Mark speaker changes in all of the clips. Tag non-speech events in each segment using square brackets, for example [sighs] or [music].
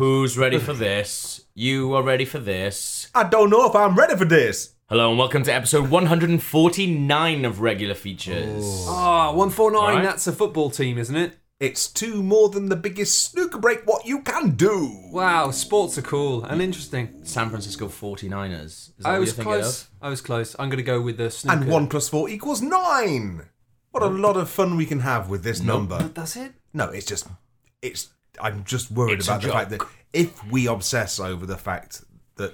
Speaker 1: Who's ready for this? You are ready for this.
Speaker 2: I don't know if I'm ready for this.
Speaker 1: Hello and welcome to episode 149 of Regular Features.
Speaker 2: Oh.
Speaker 3: Ah, 149,
Speaker 1: Alright.
Speaker 3: that's a football team, isn't it?
Speaker 2: It's two more than the biggest snooker break what you can do.
Speaker 3: Wow, sports are cool and interesting.
Speaker 1: San Francisco 49ers. Is that
Speaker 3: I
Speaker 1: what
Speaker 3: was
Speaker 1: you're thinking
Speaker 3: close.
Speaker 1: of?
Speaker 3: I was close. I'm going to go with the snooker.
Speaker 2: And one plus four equals nine. What a lot of fun we can have with this number.
Speaker 3: But that's it.
Speaker 2: No, it's just, it's. I'm just worried
Speaker 1: It's a
Speaker 2: about the fact that if we obsess over the fact that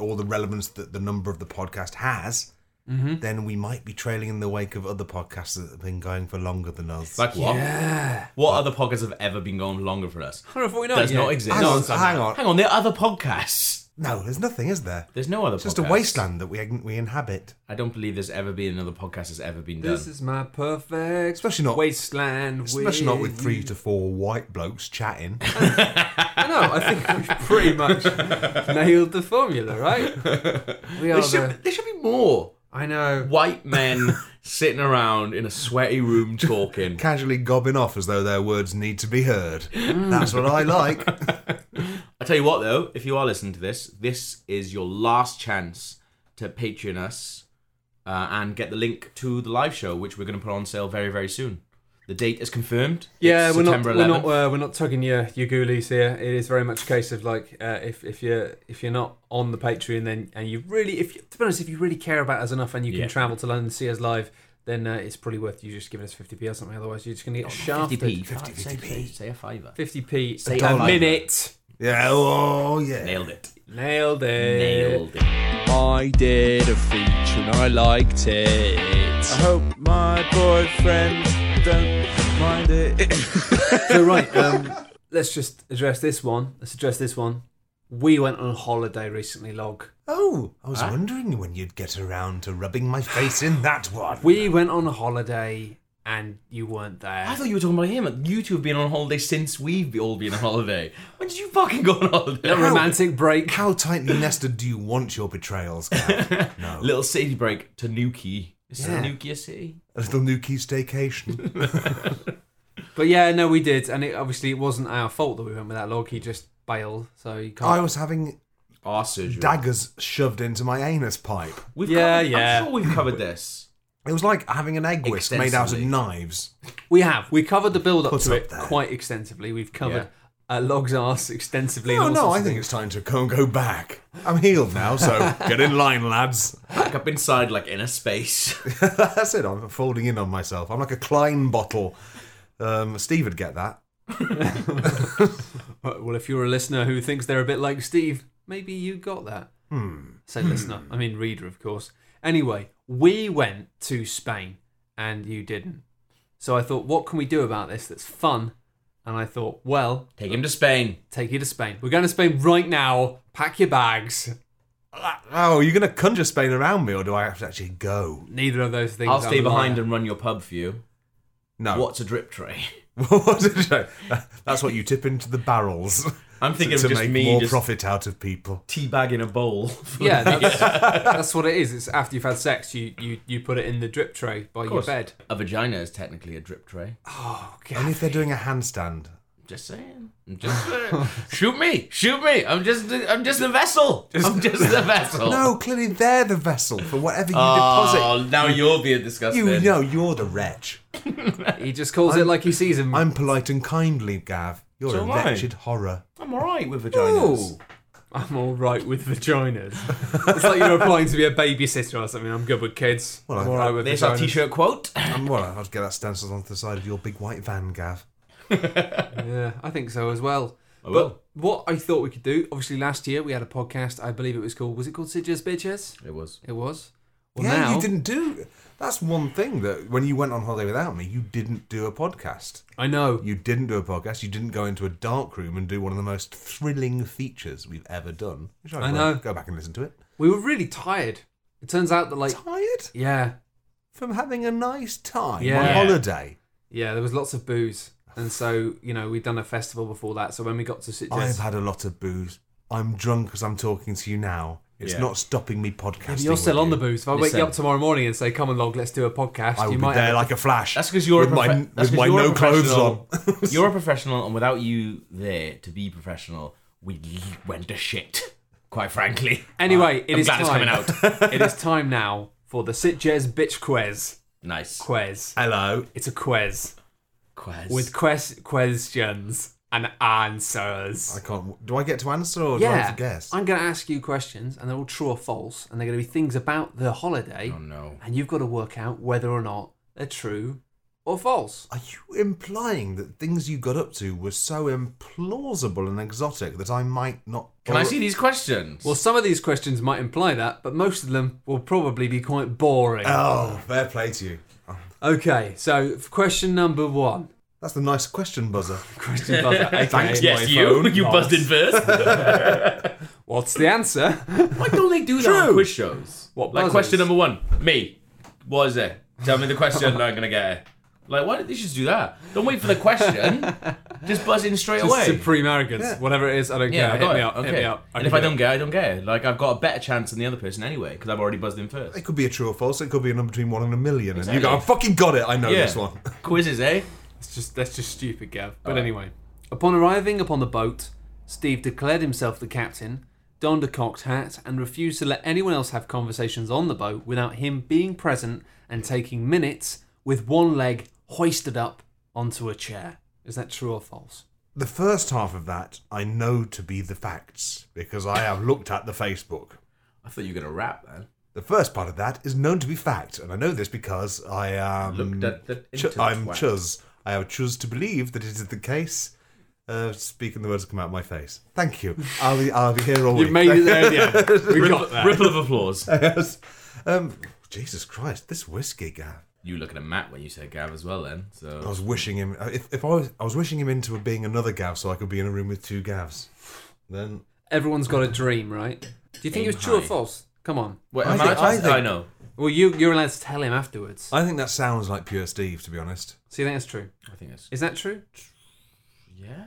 Speaker 2: all the relevance that the number of the podcast has,
Speaker 1: Mm-hmm.
Speaker 2: then we might be trailing in the wake of other podcasts that have been going for longer than us.
Speaker 1: Like what?
Speaker 3: Yeah.
Speaker 1: What other podcasts have ever been going longer for us?
Speaker 3: 149.
Speaker 1: Does
Speaker 3: yeah.
Speaker 1: not exist.
Speaker 2: hang,
Speaker 1: No,
Speaker 2: on,
Speaker 1: it's not.
Speaker 2: hang on,
Speaker 1: Hang on, there are other podcasts.
Speaker 2: No, there's nothing, is there?
Speaker 1: There's no other
Speaker 2: It's just
Speaker 1: podcasts.
Speaker 2: a wasteland that we we inhabit.
Speaker 1: I don't believe there's ever been another podcast that's ever been done.
Speaker 3: This is my perfect
Speaker 2: Especially not-
Speaker 3: wasteland.
Speaker 2: Especially not with three to four white blokes chatting.
Speaker 3: I know. I think we've
Speaker 1: [laughs]
Speaker 3: pretty much nailed the formula, right? We
Speaker 1: there,
Speaker 3: are
Speaker 1: should,
Speaker 3: the.
Speaker 1: there should be more
Speaker 3: I know.
Speaker 1: white
Speaker 2: [laughs]
Speaker 1: men sitting around in a sweaty room talking.
Speaker 2: casually gobbing off as though their words need to be heard.
Speaker 1: Mm.
Speaker 2: That's what
Speaker 1: [laughs]
Speaker 2: I like.
Speaker 1: I tell you what, though, if you are listening to this, this is your last chance to Patreon us uh, and get the link to the live show, which we're going to put on sale very, very soon. The date is confirmed.
Speaker 3: Yeah,
Speaker 1: It's
Speaker 3: we're not,
Speaker 1: September
Speaker 3: we're
Speaker 1: 11th.
Speaker 3: not uh, we're not tugging your your ghoulies here. It is very much a case of like uh, if if you're if you're not on the Patreon then and you really if you, to be honest if you really care about us enough and you
Speaker 1: Yeah.
Speaker 3: can travel to London to see us live then uh, it's probably worth you just giving us 50p or something. Otherwise you're just
Speaker 1: Oh,
Speaker 3: gonna get shafted.
Speaker 1: 50p.
Speaker 3: 50p,
Speaker 1: 50p. Say, say a fiver.
Speaker 3: a,
Speaker 1: dollar.
Speaker 3: minute.
Speaker 2: Yeah, oh yeah.
Speaker 1: Nailed it.
Speaker 3: Nailed it.
Speaker 1: Nailed it.
Speaker 4: I did a feature and I liked it. I hope my boyfriend don't mind it.
Speaker 3: So right, um, let's just address this one. Let's address this one. We went on holiday recently, log.
Speaker 2: Oh, I was wondering when you'd get around to rubbing my face in that one.
Speaker 3: We went on a holiday and you weren't there.
Speaker 1: I thought you were talking about him. You two have been on holiday since we've all been on holiday. When did you fucking go on holiday?
Speaker 3: A romantic break.
Speaker 2: How tightly nested do you want your
Speaker 4: [laughs]
Speaker 2: betrayals, Gav? No.
Speaker 1: Little city break to Nuki. Is
Speaker 3: Yeah.
Speaker 1: it Nuki city?
Speaker 2: A little Nuki staycation.
Speaker 3: But yeah, no, we did, and it obviously it wasn't our fault that we went with that log. He just bailed, so you can't.
Speaker 2: I was having
Speaker 1: Our surgery.
Speaker 2: daggers shoved into my anus pipe.
Speaker 1: We've
Speaker 3: Yeah,
Speaker 1: covered,
Speaker 3: yeah.
Speaker 1: I'm sure we've covered this.
Speaker 2: It was like having an egg whisk made out of
Speaker 1: Extensively.
Speaker 2: knives.
Speaker 3: we have we covered the build up
Speaker 2: Put
Speaker 3: to
Speaker 2: up
Speaker 3: it
Speaker 2: there.
Speaker 3: quite extensively. We've covered uh, log's ass extensively.
Speaker 2: Oh
Speaker 3: and all
Speaker 2: no,
Speaker 3: sorts
Speaker 2: I
Speaker 3: of
Speaker 2: think
Speaker 3: things.
Speaker 2: it's time to go and go back. I'm healed now, [laughs] so get in line, lads.
Speaker 1: Like up inside, like in a space.
Speaker 2: That's it. I'm folding in on myself. I'm like a Klein bottle. Um, Steve would get that.
Speaker 3: Uh, Well, if you're a listener who thinks they're a bit like Steve, maybe you got that. Hmm. Say listener, I mean reader, of course. Anyway, we went to Spain and you didn't. So I thought, what can we do about this that's fun? And I thought, well,
Speaker 1: Take him to Spain.
Speaker 3: take you to Spain. We're going to Spain right now. Pack your bags.
Speaker 2: Oh, you're going to conjure Spain around me, or do I have to actually go?
Speaker 3: Neither of those things.
Speaker 1: I'll
Speaker 3: are
Speaker 1: stay behind
Speaker 3: liar.
Speaker 1: and run your pub for you.
Speaker 2: No.
Speaker 1: What's a drip tray?
Speaker 2: [laughs]
Speaker 1: [laughs]
Speaker 2: What did I- That's what you tip into the
Speaker 1: [laughs]
Speaker 2: barrels
Speaker 1: I'm thinking
Speaker 2: to
Speaker 1: of just
Speaker 2: make
Speaker 1: me
Speaker 2: more
Speaker 1: just
Speaker 2: profit out of people.
Speaker 1: teabagging a bowl. [laughs] For
Speaker 3: Yeah, that's, that's what it is. It's after you've had sex, you you, you put it in the drip tray by your
Speaker 1: course.
Speaker 3: bed.
Speaker 1: A vagina is technically a drip tray.
Speaker 3: Oh
Speaker 2: Only
Speaker 3: god.
Speaker 2: if they're doing a handstand.
Speaker 1: Just saying. I'm just saying. shoot me, shoot me. I'm just, I'm just a vessel. I'm just a vessel.
Speaker 2: [laughs] No, clearly they're the vessel for whatever you deposit.
Speaker 1: Oh, now you're being disgusting.
Speaker 2: You know, you're the wretch.
Speaker 3: He just calls it like he sees him.
Speaker 2: I'm polite and kindly, Gav. You're
Speaker 1: So
Speaker 2: a
Speaker 1: am I.
Speaker 2: wretched horror.
Speaker 1: I'm alright with vaginas.
Speaker 3: I'm all right with vaginas. it's like you're applying to be a babysitter or something. I'm good with kids.
Speaker 2: Well,
Speaker 3: I'm
Speaker 2: I-
Speaker 3: all right with
Speaker 1: There's
Speaker 3: vaginas.
Speaker 1: our t-shirt quote.
Speaker 2: I'm well, I'd get that stenciled onto the side of your big white van, Gav.
Speaker 3: Yeah, I think so as well. I
Speaker 1: will.
Speaker 3: But what I thought we could do, obviously, last year we had a podcast. I believe it was called. Was it called Sidges Bitches?
Speaker 1: It was.
Speaker 3: It was. Well,
Speaker 2: yeah,
Speaker 3: now
Speaker 2: you didn't do. That's one thing that when you went on holiday without me, you didn't do a podcast.
Speaker 3: I know.
Speaker 2: You didn't do a podcast. You didn't go into a dark room and do one of the most thrilling features we've ever done. Which
Speaker 3: I
Speaker 2: will.
Speaker 3: know.
Speaker 2: Go back and listen to it.
Speaker 3: We were really tired. It turns out that like
Speaker 2: Tired
Speaker 3: yeah,
Speaker 2: from having a nice time on
Speaker 3: Yeah.
Speaker 2: holiday.
Speaker 3: Yeah, there was lots of booze. And so, you know, we'd done a festival before that. So when we got to
Speaker 2: I've
Speaker 3: Sitges,
Speaker 2: had a lot of booze. I'm drunk as I'm talking to you now. It's
Speaker 1: Yeah.
Speaker 2: not stopping me podcasting.
Speaker 3: you're still
Speaker 2: with
Speaker 3: on the
Speaker 2: you.
Speaker 3: booze. If I wake
Speaker 1: Listen.
Speaker 3: you up tomorrow morning and say, "Come and log, let's do a podcast,"
Speaker 2: I will
Speaker 3: you
Speaker 2: be
Speaker 3: might.
Speaker 2: there
Speaker 3: have-
Speaker 2: like a flash.
Speaker 1: That's because you're
Speaker 2: with
Speaker 1: a profe-
Speaker 2: my
Speaker 1: that's 'cause
Speaker 2: with
Speaker 1: [laughs]
Speaker 2: my
Speaker 1: you're a
Speaker 2: no clothes on.
Speaker 1: professional. you're a professional, and without you there to be professional, we went to shit. Quite frankly.
Speaker 3: Anyway, it
Speaker 1: I'm
Speaker 3: is
Speaker 1: glad it's
Speaker 3: time.
Speaker 1: coming
Speaker 2: [laughs]
Speaker 1: out.
Speaker 3: [laughs] it is time now for the Sitges bitch quiz.
Speaker 1: nice.
Speaker 3: Quiz.
Speaker 2: Hello.
Speaker 3: It's a quiz
Speaker 1: Quest.
Speaker 3: with quest questions and answers.
Speaker 2: I can't. Do I get to answer or do I
Speaker 3: yeah,
Speaker 2: have to guess?
Speaker 3: I'm going to ask you questions, and they're all true or false, and they're going to be things about the holiday,
Speaker 1: oh no.
Speaker 3: and you've got to work out whether or not they're true or false.
Speaker 2: Are you implying that things you got up to were so implausible and exotic that I might not?
Speaker 1: Can I see these questions?
Speaker 3: Well, some of these questions might imply that, but most of them will probably be quite boring.
Speaker 1: Uh.
Speaker 2: Oh, fair play to you.
Speaker 3: Okay, so f- question number one.
Speaker 2: That's the nice
Speaker 1: [laughs]
Speaker 2: question buzzer.
Speaker 3: Question buzzer. Okay.
Speaker 2: Thanks,
Speaker 1: yes,
Speaker 2: my
Speaker 1: you. [laughs]
Speaker 2: phone.
Speaker 1: You buzzed in first.
Speaker 3: What's the answer?
Speaker 1: Why don't they do that on quiz shows?
Speaker 3: What
Speaker 1: Like
Speaker 3: buzzers?
Speaker 1: question number one, me. What is it? Tell me the question. and I'm gonna get it. Like, why did they just do that? Don't wait for the
Speaker 3: [laughs]
Speaker 1: question. just buzz in straight
Speaker 3: Just
Speaker 1: away.
Speaker 3: supreme arrogance. Whatever it is, I don't
Speaker 1: yeah, I
Speaker 3: care.
Speaker 1: got
Speaker 3: Hit me
Speaker 1: it.
Speaker 3: up.
Speaker 1: Okay.
Speaker 3: Hit me up.
Speaker 1: and if
Speaker 3: can
Speaker 1: I
Speaker 3: do
Speaker 1: don't get it, I don't get it. Like, I've got a better chance than the other person anyway because I've already buzzed in first.
Speaker 2: [laughs] It could be a true or false. It could be a number between one and a million. And you go,
Speaker 1: Exactly.
Speaker 2: I fucking got it. I know
Speaker 1: Yeah.
Speaker 2: this one.
Speaker 1: [laughs]
Speaker 2: [laughs]
Speaker 1: Quizzes, eh?
Speaker 3: It's just that's just stupid, Gav. But anyway, upon arriving upon the boat, Steve declared himself the captain, donned a cocked hat, and refused to let anyone else have conversations on the boat without him being present and taking minutes with one leg hoisted up onto a chair. Is that true or [laughs] false?
Speaker 2: The first half of that I know to be the facts because I have looked at the Facebook.
Speaker 1: I thought you were gonna rap then.
Speaker 2: The first part of that is known to be fact, and I know this because I am.
Speaker 1: Looked at the
Speaker 2: Ch- I'm
Speaker 1: intertwine.
Speaker 2: Chuz. I have chose to believe that it is the case. Uh, speaking the words that come out of my face. Thank you. I'll be, I'll be here all
Speaker 3: You've
Speaker 2: week.
Speaker 3: made it there. [laughs] Yeah, we got that.
Speaker 1: Ripple of applause.
Speaker 2: Yes. um, Jesus Christ, this whiskey, Gav.
Speaker 1: you were looking at Matt when you said Gav as well then.
Speaker 2: I
Speaker 1: So
Speaker 2: was wishing him. uh, If, if I was, I was wishing him into being another Gav, so I could be in a room with two Gavs. Then
Speaker 3: Everyone's got a dream, right? Do you think it was
Speaker 1: Aim
Speaker 3: true or
Speaker 1: high.
Speaker 3: false? Come on.
Speaker 1: Wait,
Speaker 2: I
Speaker 1: am I,
Speaker 2: think- I
Speaker 1: just-
Speaker 2: think-
Speaker 1: I know.
Speaker 3: Well, you you're allowed to tell him afterwards.
Speaker 2: I think that sounds like pure Steve, to be honest.
Speaker 3: So you think that's true?
Speaker 1: I think it's
Speaker 3: Is that true?
Speaker 1: yeah.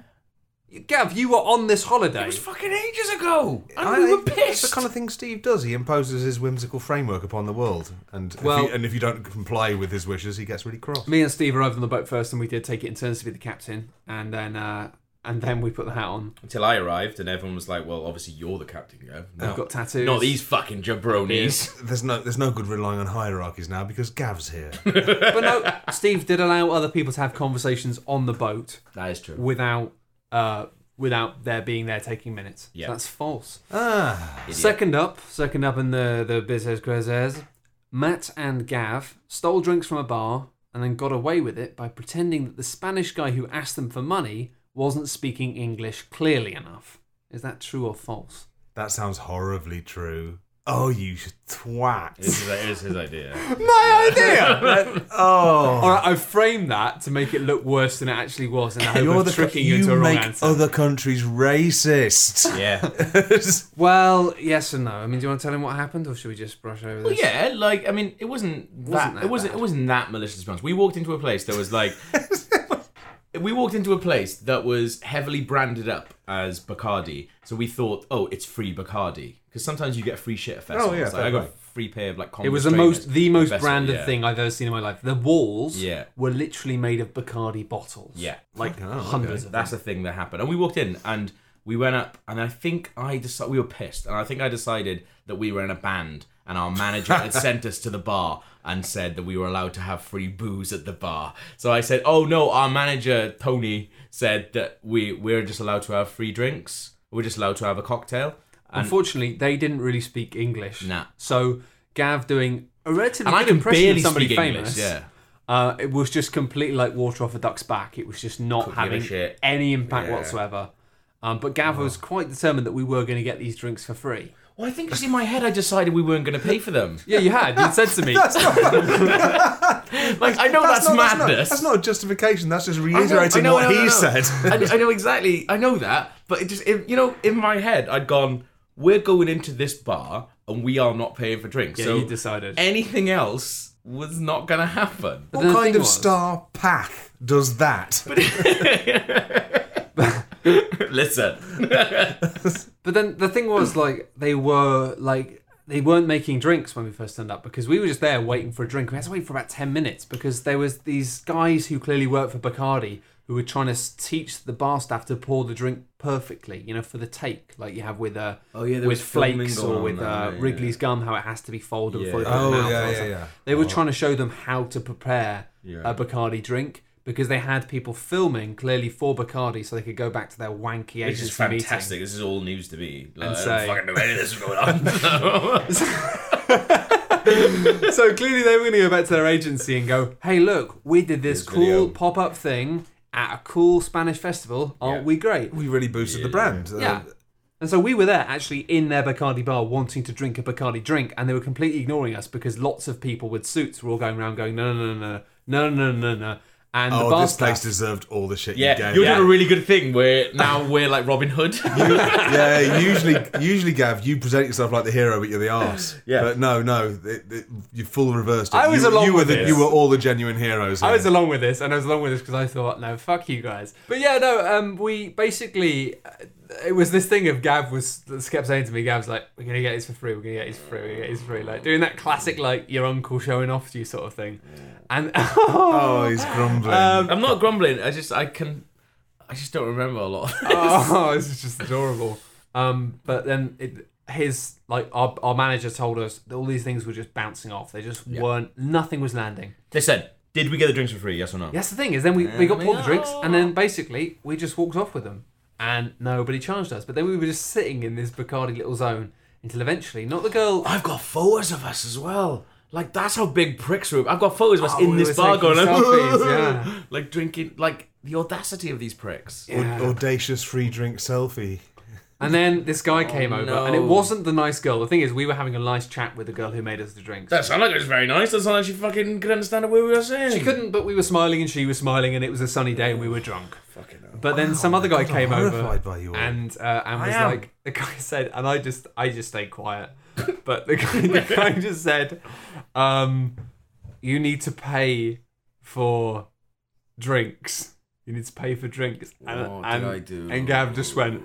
Speaker 3: Gav, you were on this holiday.
Speaker 1: fucking ages ago,
Speaker 2: It's the kind of thing Steve does. He imposes his whimsical framework upon the world, and if
Speaker 3: Well-
Speaker 2: he, and if you don't comply with his wishes, he gets really cross.
Speaker 3: Me and Steve arrived on the boat first, and we did take it in turns to be the captain, and then uh, and then we put the hat on.
Speaker 1: Until I arrived, and everyone was like, "Well, obviously you're the captain, Gav.
Speaker 3: We've got tattoos.
Speaker 1: Oh. Not these fucking jabronis."
Speaker 2: There's no, there's no good relying on hierarchies now because
Speaker 1: [laughs]
Speaker 2: Gav's here.
Speaker 3: But no, Steve did allow other people to have conversations on the boat
Speaker 1: that is true.
Speaker 3: without uh, without there being there taking minutes. So
Speaker 1: Yeah.
Speaker 3: that's false.
Speaker 2: ah,
Speaker 3: Second up, second up in the the business quizzes, Matt and Gav stole drinks from a bar and then got away with it by pretending that the Spanish guy who asked them for money wasn't speaking English clearly enough. Is that true or false?
Speaker 2: that sounds horribly true. Oh, you
Speaker 1: This
Speaker 2: twat!
Speaker 1: is, it is his idea.
Speaker 2: [laughs]
Speaker 3: My idea.
Speaker 1: [laughs]
Speaker 2: oh,
Speaker 3: All right, I framed that to make it look worse than it actually was, and I hope
Speaker 2: you're
Speaker 3: I'm
Speaker 2: the
Speaker 3: tricking you into a wrong
Speaker 2: make
Speaker 3: answer.
Speaker 2: other countries racist. [laughs]
Speaker 1: Yeah.
Speaker 3: Well, yes and no. I mean, do you want to tell him what happened, or should we just brush over
Speaker 1: Well,
Speaker 3: this?
Speaker 1: yeah, like I mean, it wasn't that,
Speaker 3: Wasn't that
Speaker 1: it wasn't
Speaker 3: bad.
Speaker 1: it wasn't that malicious. Response. We walked into a place that was
Speaker 3: [laughs]
Speaker 1: like, we walked into a place that was heavily branded up as Bacardi. So we thought, oh, it's free Bacardi because sometimes you get free shit at
Speaker 3: Oh,
Speaker 1: festivals.
Speaker 2: yeah,
Speaker 1: Like,
Speaker 2: fair
Speaker 1: I got a
Speaker 2: play.
Speaker 1: free pair of like.
Speaker 3: It
Speaker 1: Converse
Speaker 3: was the most
Speaker 1: trainers
Speaker 3: the
Speaker 1: at
Speaker 3: most
Speaker 1: festival,
Speaker 3: branded
Speaker 1: yeah.
Speaker 3: thing I've ever seen in my life. The walls
Speaker 1: Yeah.
Speaker 3: were literally made of Bacardi bottles.
Speaker 1: Yeah.
Speaker 3: like
Speaker 2: Fucking hell,
Speaker 3: hundreds of
Speaker 1: That's the thing that happened. And we walked in and we went up and I think I decided we were pissed and I think I decided that we were in a band and our manager had sent us to the bar and said that we were allowed to have free booze at the bar. So I said, "Oh no, our manager Tony said that we we're just allowed to have free drinks. We're just allowed to have a cocktail."
Speaker 3: them. Unfortunately, they didn't really speak English.
Speaker 1: Nah.
Speaker 3: So Gav doing a relatively
Speaker 1: And I
Speaker 3: good
Speaker 1: can
Speaker 3: impression
Speaker 1: barely
Speaker 3: of somebody
Speaker 1: speak
Speaker 3: famous.
Speaker 1: English. Yeah.
Speaker 3: Uh, it was just completely like water off a duck's back. It was just not
Speaker 1: Couldn't give a
Speaker 3: having
Speaker 1: shit.
Speaker 3: any impact
Speaker 1: Yeah.
Speaker 3: whatsoever. Um, but Gav was quite determined that we were going to get these drinks for free.
Speaker 1: Well, I think it's in my head I decided we weren't going to pay for them.
Speaker 3: Yeah, you had. You said to [laughs] me,
Speaker 1: Like [laughs] I know that's,
Speaker 2: not,
Speaker 1: madness.
Speaker 2: That's not, that's not a justification. That's just
Speaker 1: I know-
Speaker 2: reiterating
Speaker 1: I know,
Speaker 2: what
Speaker 1: I know,
Speaker 2: he
Speaker 1: I know. [laughs]
Speaker 2: said.
Speaker 1: I, I know exactly. I know that, but it just it, you know, in my head, I'd gone. We're going into this bar, and we are not paying for drinks.
Speaker 3: Yeah,
Speaker 1: so
Speaker 3: you decided.
Speaker 1: anything else was not going to
Speaker 3: [laughs]
Speaker 1: happen.
Speaker 2: What
Speaker 3: the
Speaker 2: kind
Speaker 3: thing
Speaker 2: of
Speaker 3: was-
Speaker 2: star path does that?
Speaker 1: Listen,
Speaker 3: But then the thing was like they were like they weren't making drinks when we first turned up because we were just there waiting for a drink. We had to wait for about ten minutes because there was these guys who clearly worked for Bacardi who were trying to s- teach the bar staff to pour the drink perfectly, you know, for the take, like you have with uh,
Speaker 1: Oh yeah, there
Speaker 3: with
Speaker 1: was filming
Speaker 3: flakes
Speaker 1: going
Speaker 3: or
Speaker 1: on
Speaker 3: with
Speaker 1: there,
Speaker 3: uh,
Speaker 1: yeah,
Speaker 3: Wrigley's gum, how it has to be folded before you
Speaker 1: Yeah.
Speaker 3: put it in the
Speaker 2: Oh
Speaker 3: mouth.
Speaker 2: yeah,
Speaker 3: or
Speaker 2: yeah,
Speaker 3: something.
Speaker 2: yeah.
Speaker 3: They were
Speaker 2: Oh.
Speaker 3: trying to show them how to prepare
Speaker 1: Yeah.
Speaker 3: a Bacardi drink because they had people filming clearly for Bacardi, so they could go back to their wanky
Speaker 1: Which
Speaker 3: agency
Speaker 1: is
Speaker 3: meeting.
Speaker 1: fantastic. This is all news to me. Like,
Speaker 3: And
Speaker 1: I
Speaker 3: say-
Speaker 1: don't fucking know any of this is going
Speaker 3: [laughs]
Speaker 1: on. [laughs]
Speaker 3: so clearly they were going to go back to their agency and go, "Hey, look, we did this
Speaker 1: Here's video."
Speaker 3: cool pop-up thing at a cool Spanish festival. Aren't
Speaker 1: Yeah.
Speaker 3: we great?"
Speaker 2: We really boosted the brand. Uh,
Speaker 3: Yeah. And so we were there actually in their Bacardi bar wanting to drink a Bacardi drink, and they were completely ignoring us because lots of people with suits were all going around going, no, no, no, no, no, no, no, no. And the
Speaker 2: oh,
Speaker 3: bar
Speaker 2: this place
Speaker 3: staff,
Speaker 2: deserved all the shit you
Speaker 1: yeah,
Speaker 2: gave.
Speaker 1: you're
Speaker 2: it.
Speaker 1: doing a really good thing. Where now we're like Robin Hood. [laughs]
Speaker 2: yeah, usually, usually, Gav, you present yourself like the hero, but you're the arse.
Speaker 1: Yeah.
Speaker 2: But no, no, it, it, you full reversed. It.
Speaker 3: I was
Speaker 2: you,
Speaker 3: along
Speaker 2: you
Speaker 3: with
Speaker 2: were the,
Speaker 3: this.
Speaker 2: You were all the genuine heroes.
Speaker 3: I
Speaker 2: here.
Speaker 3: was along with this, and I was along with this because I thought, no, fuck you guys. But yeah, no, um, we basically, uh, it was this thing of Gav was just kept saying to me, Gav's like, we're gonna get this for free, we're gonna get this for free, we're gonna get this for free, like doing that classic like your uncle showing off to you sort of thing. And [laughs]
Speaker 2: oh, he's grumbling.
Speaker 3: Um,
Speaker 1: I'm not grumbling. I just I can. I just don't remember a lot. [laughs]
Speaker 3: oh, this is just adorable. Um, but then it, his like our, our manager told us that all these things were just bouncing off. They just weren't. Nothing was landing.
Speaker 1: they said, "Did we get the drinks for free? Yes or no?"
Speaker 3: That's the thing is then we, we got
Speaker 1: Yeah.
Speaker 3: pulled the drinks and then basically we just walked off with them and nobody charged us. But then we were just sitting in this Bacardi little zone until eventually not the girl.
Speaker 1: I've got photos of us as well. Like that's how big pricks were. I've got photos of us
Speaker 3: Oh,
Speaker 1: in
Speaker 3: we
Speaker 1: this
Speaker 3: were
Speaker 1: bar
Speaker 3: taking
Speaker 1: going like,
Speaker 3: selfies,
Speaker 1: [laughs]
Speaker 3: [laughs] yeah.
Speaker 1: like drinking, like the audacity of these pricks.
Speaker 2: Aud-
Speaker 3: Yeah.
Speaker 2: Audacious free drink selfie.
Speaker 3: And then this guy came over and it
Speaker 1: no.
Speaker 3: wasn't the nice girl. The thing is we were having a nice chat with the girl who made us the drinks.
Speaker 1: That sounded like it was very nice. That sounded like she fucking could understand what we were saying.
Speaker 3: She couldn't, but we were smiling and she was smiling, and it was a sunny day and we were drunk. Fucking But then some other guy
Speaker 2: God, I'm
Speaker 3: came over
Speaker 2: horrified by you all.
Speaker 3: and uh, and was
Speaker 1: am.
Speaker 3: like, the guy [laughs] said, and I just I just
Speaker 1: [laughs]
Speaker 3: stayed quiet. but the guy, the guy just said, um, you need to pay for drinks. You need to pay for drinks. And,
Speaker 1: What
Speaker 3: and,
Speaker 1: did I do?
Speaker 3: and Gav just went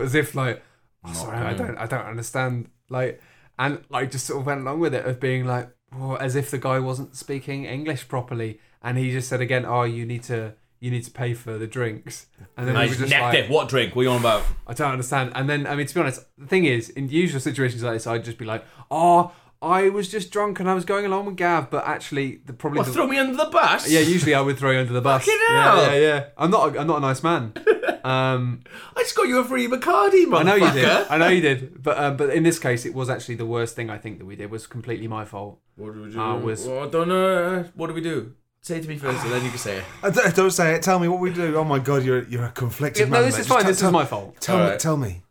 Speaker 3: as if like, "Oh, sorry, I
Speaker 1: good.
Speaker 3: don't, I don't understand. Like, and like just sort of went along with it of being like, well, as if the guy wasn't speaking English properly, and he just said again, oh, you need to, you need to pay for the drinks, and then
Speaker 1: I
Speaker 3: we were
Speaker 1: just
Speaker 3: just
Speaker 1: necked
Speaker 3: like,
Speaker 1: it. What drink? What are you on about?
Speaker 3: I don't understand. And then, I mean, to be honest, the thing is, in usual situations like this, I'd just be like, oh, I was just drunk and I was going along with Gav, but actually, the probably
Speaker 1: What,
Speaker 3: the,
Speaker 1: throw me under the bus?
Speaker 3: [laughs] yeah, usually I would throw you under the bus.
Speaker 1: Fucking
Speaker 3: yeah,
Speaker 1: hell.
Speaker 3: yeah, yeah. I'm not, a, I'm not a nice man. [laughs] Um,
Speaker 1: I just got you a free Bacardi, motherfucker.
Speaker 3: I know you did. I know you did. But um, but in this case, it was actually the worst thing I think that we did. It was completely my fault.
Speaker 1: What do we do?
Speaker 3: I was-
Speaker 1: Well, I don't know. What do we do? Say it to me first, and then you can say
Speaker 3: [sighs]
Speaker 1: it.
Speaker 2: Uh, don't- Don't say it. Tell me what we do. Oh my god, you're you're a conflicted
Speaker 3: Yeah,
Speaker 2: man.
Speaker 3: no, this
Speaker 2: mate.
Speaker 3: is
Speaker 2: Just
Speaker 3: fine.
Speaker 2: tell-
Speaker 3: This is
Speaker 2: tell-
Speaker 3: my fault.
Speaker 2: Tell me.
Speaker 1: Alright.
Speaker 2: Tell me.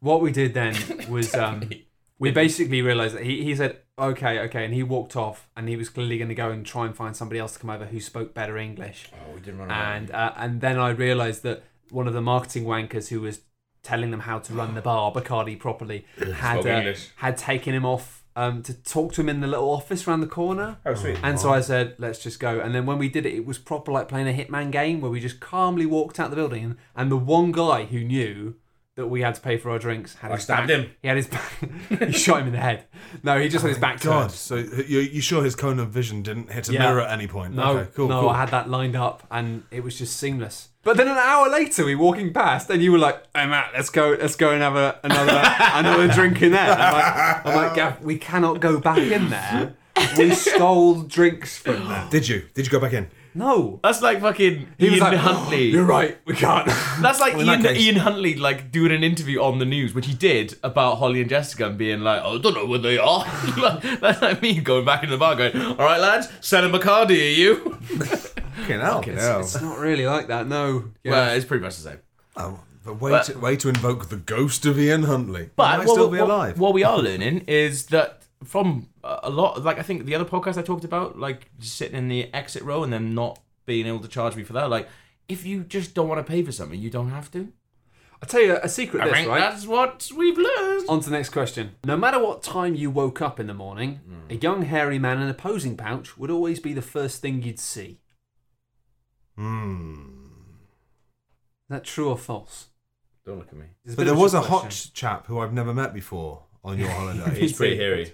Speaker 3: What we did [laughs] then was um, we basically realised that he, he said, okay, okay, and he walked off and he was clearly going to go and try and find somebody else to come over who spoke better English.
Speaker 1: Oh, we didn't run
Speaker 3: and uh, and then I realised that one of the marketing wankers who was telling them how to run the bar Bacardi properly
Speaker 1: [sighs]
Speaker 3: had
Speaker 1: Spoke
Speaker 3: uh,
Speaker 1: English.
Speaker 3: had taken him off um, to talk to him in the little office round the corner.
Speaker 1: Oh, sweet.
Speaker 3: And so I said, let's just go. And then when we did it, it was proper like playing a Hitman game where we just calmly walked out the building. And, and the one guy who knew that we had to pay for our drinks had
Speaker 1: I
Speaker 3: his
Speaker 1: stabbed
Speaker 3: back-
Speaker 1: him.
Speaker 3: [laughs]
Speaker 1: Oh
Speaker 3: He had his back. he shot him in the head. No, he just had his back
Speaker 2: God,
Speaker 3: turned.
Speaker 2: so you you sure his cone of vision didn't hit a
Speaker 3: Yeah.
Speaker 2: mirror at any point?
Speaker 3: No,
Speaker 2: okay, cool,
Speaker 3: no,
Speaker 2: cool.
Speaker 3: I had that lined up, and it was just seamless. But then an hour later, we were walking past, and you were like, "Hey Matt, let's go, let's go and have a, another [laughs] another drink in there." And I'm like, I'm like, Gav, we cannot go back in there. We stole drinks from them.
Speaker 2: Did you? Did you go back in?
Speaker 3: No,
Speaker 1: That's like [gasps] fucking Ian Huntley.
Speaker 3: "You're right, we can't." [laughs]
Speaker 1: [laughs] That's like
Speaker 2: in that
Speaker 1: Ian,
Speaker 2: case-
Speaker 1: Ian Huntley, like doing an interview on the news, which he did about Holly and Jessica, and being like, "I don't know where they are." [laughs] Like, That's like me going back into the bar, going, "All right, lads, selling Bacardi, are you?" [laughs]
Speaker 2: Fucking hell.
Speaker 3: it's not really like that. No, yeah.
Speaker 1: Well, it's pretty much the same.
Speaker 2: Oh, but way,
Speaker 1: But-
Speaker 2: to, way to invoke the ghost of Ian Huntley.
Speaker 1: But
Speaker 2: might
Speaker 1: what,
Speaker 2: still
Speaker 1: we-
Speaker 2: be
Speaker 1: what-
Speaker 2: alive.
Speaker 1: what [laughs] we are learning is that from a a lot, like I think the other podcast I talked about, like sitting in the exit row and then not being able to charge me for that, like. If you just don't want to pay for something, you don't have to.
Speaker 3: I'll tell you a secret.
Speaker 1: I
Speaker 3: This
Speaker 1: think
Speaker 3: right.
Speaker 1: that's what we've learned.
Speaker 3: On to the next question. No matter what time you woke up in the morning,
Speaker 1: Hmm.
Speaker 3: a young hairy man in a posing pouch would always be the first thing you'd see.
Speaker 2: Hmm.
Speaker 3: Is that true or false?
Speaker 1: Don't look at me.
Speaker 3: It's
Speaker 2: But
Speaker 3: bit
Speaker 2: there
Speaker 3: of
Speaker 2: was a
Speaker 3: trick
Speaker 2: hot
Speaker 3: question.
Speaker 2: chap who I've never met before on
Speaker 3: [laughs]
Speaker 2: your holiday.
Speaker 1: He's pretty hairy.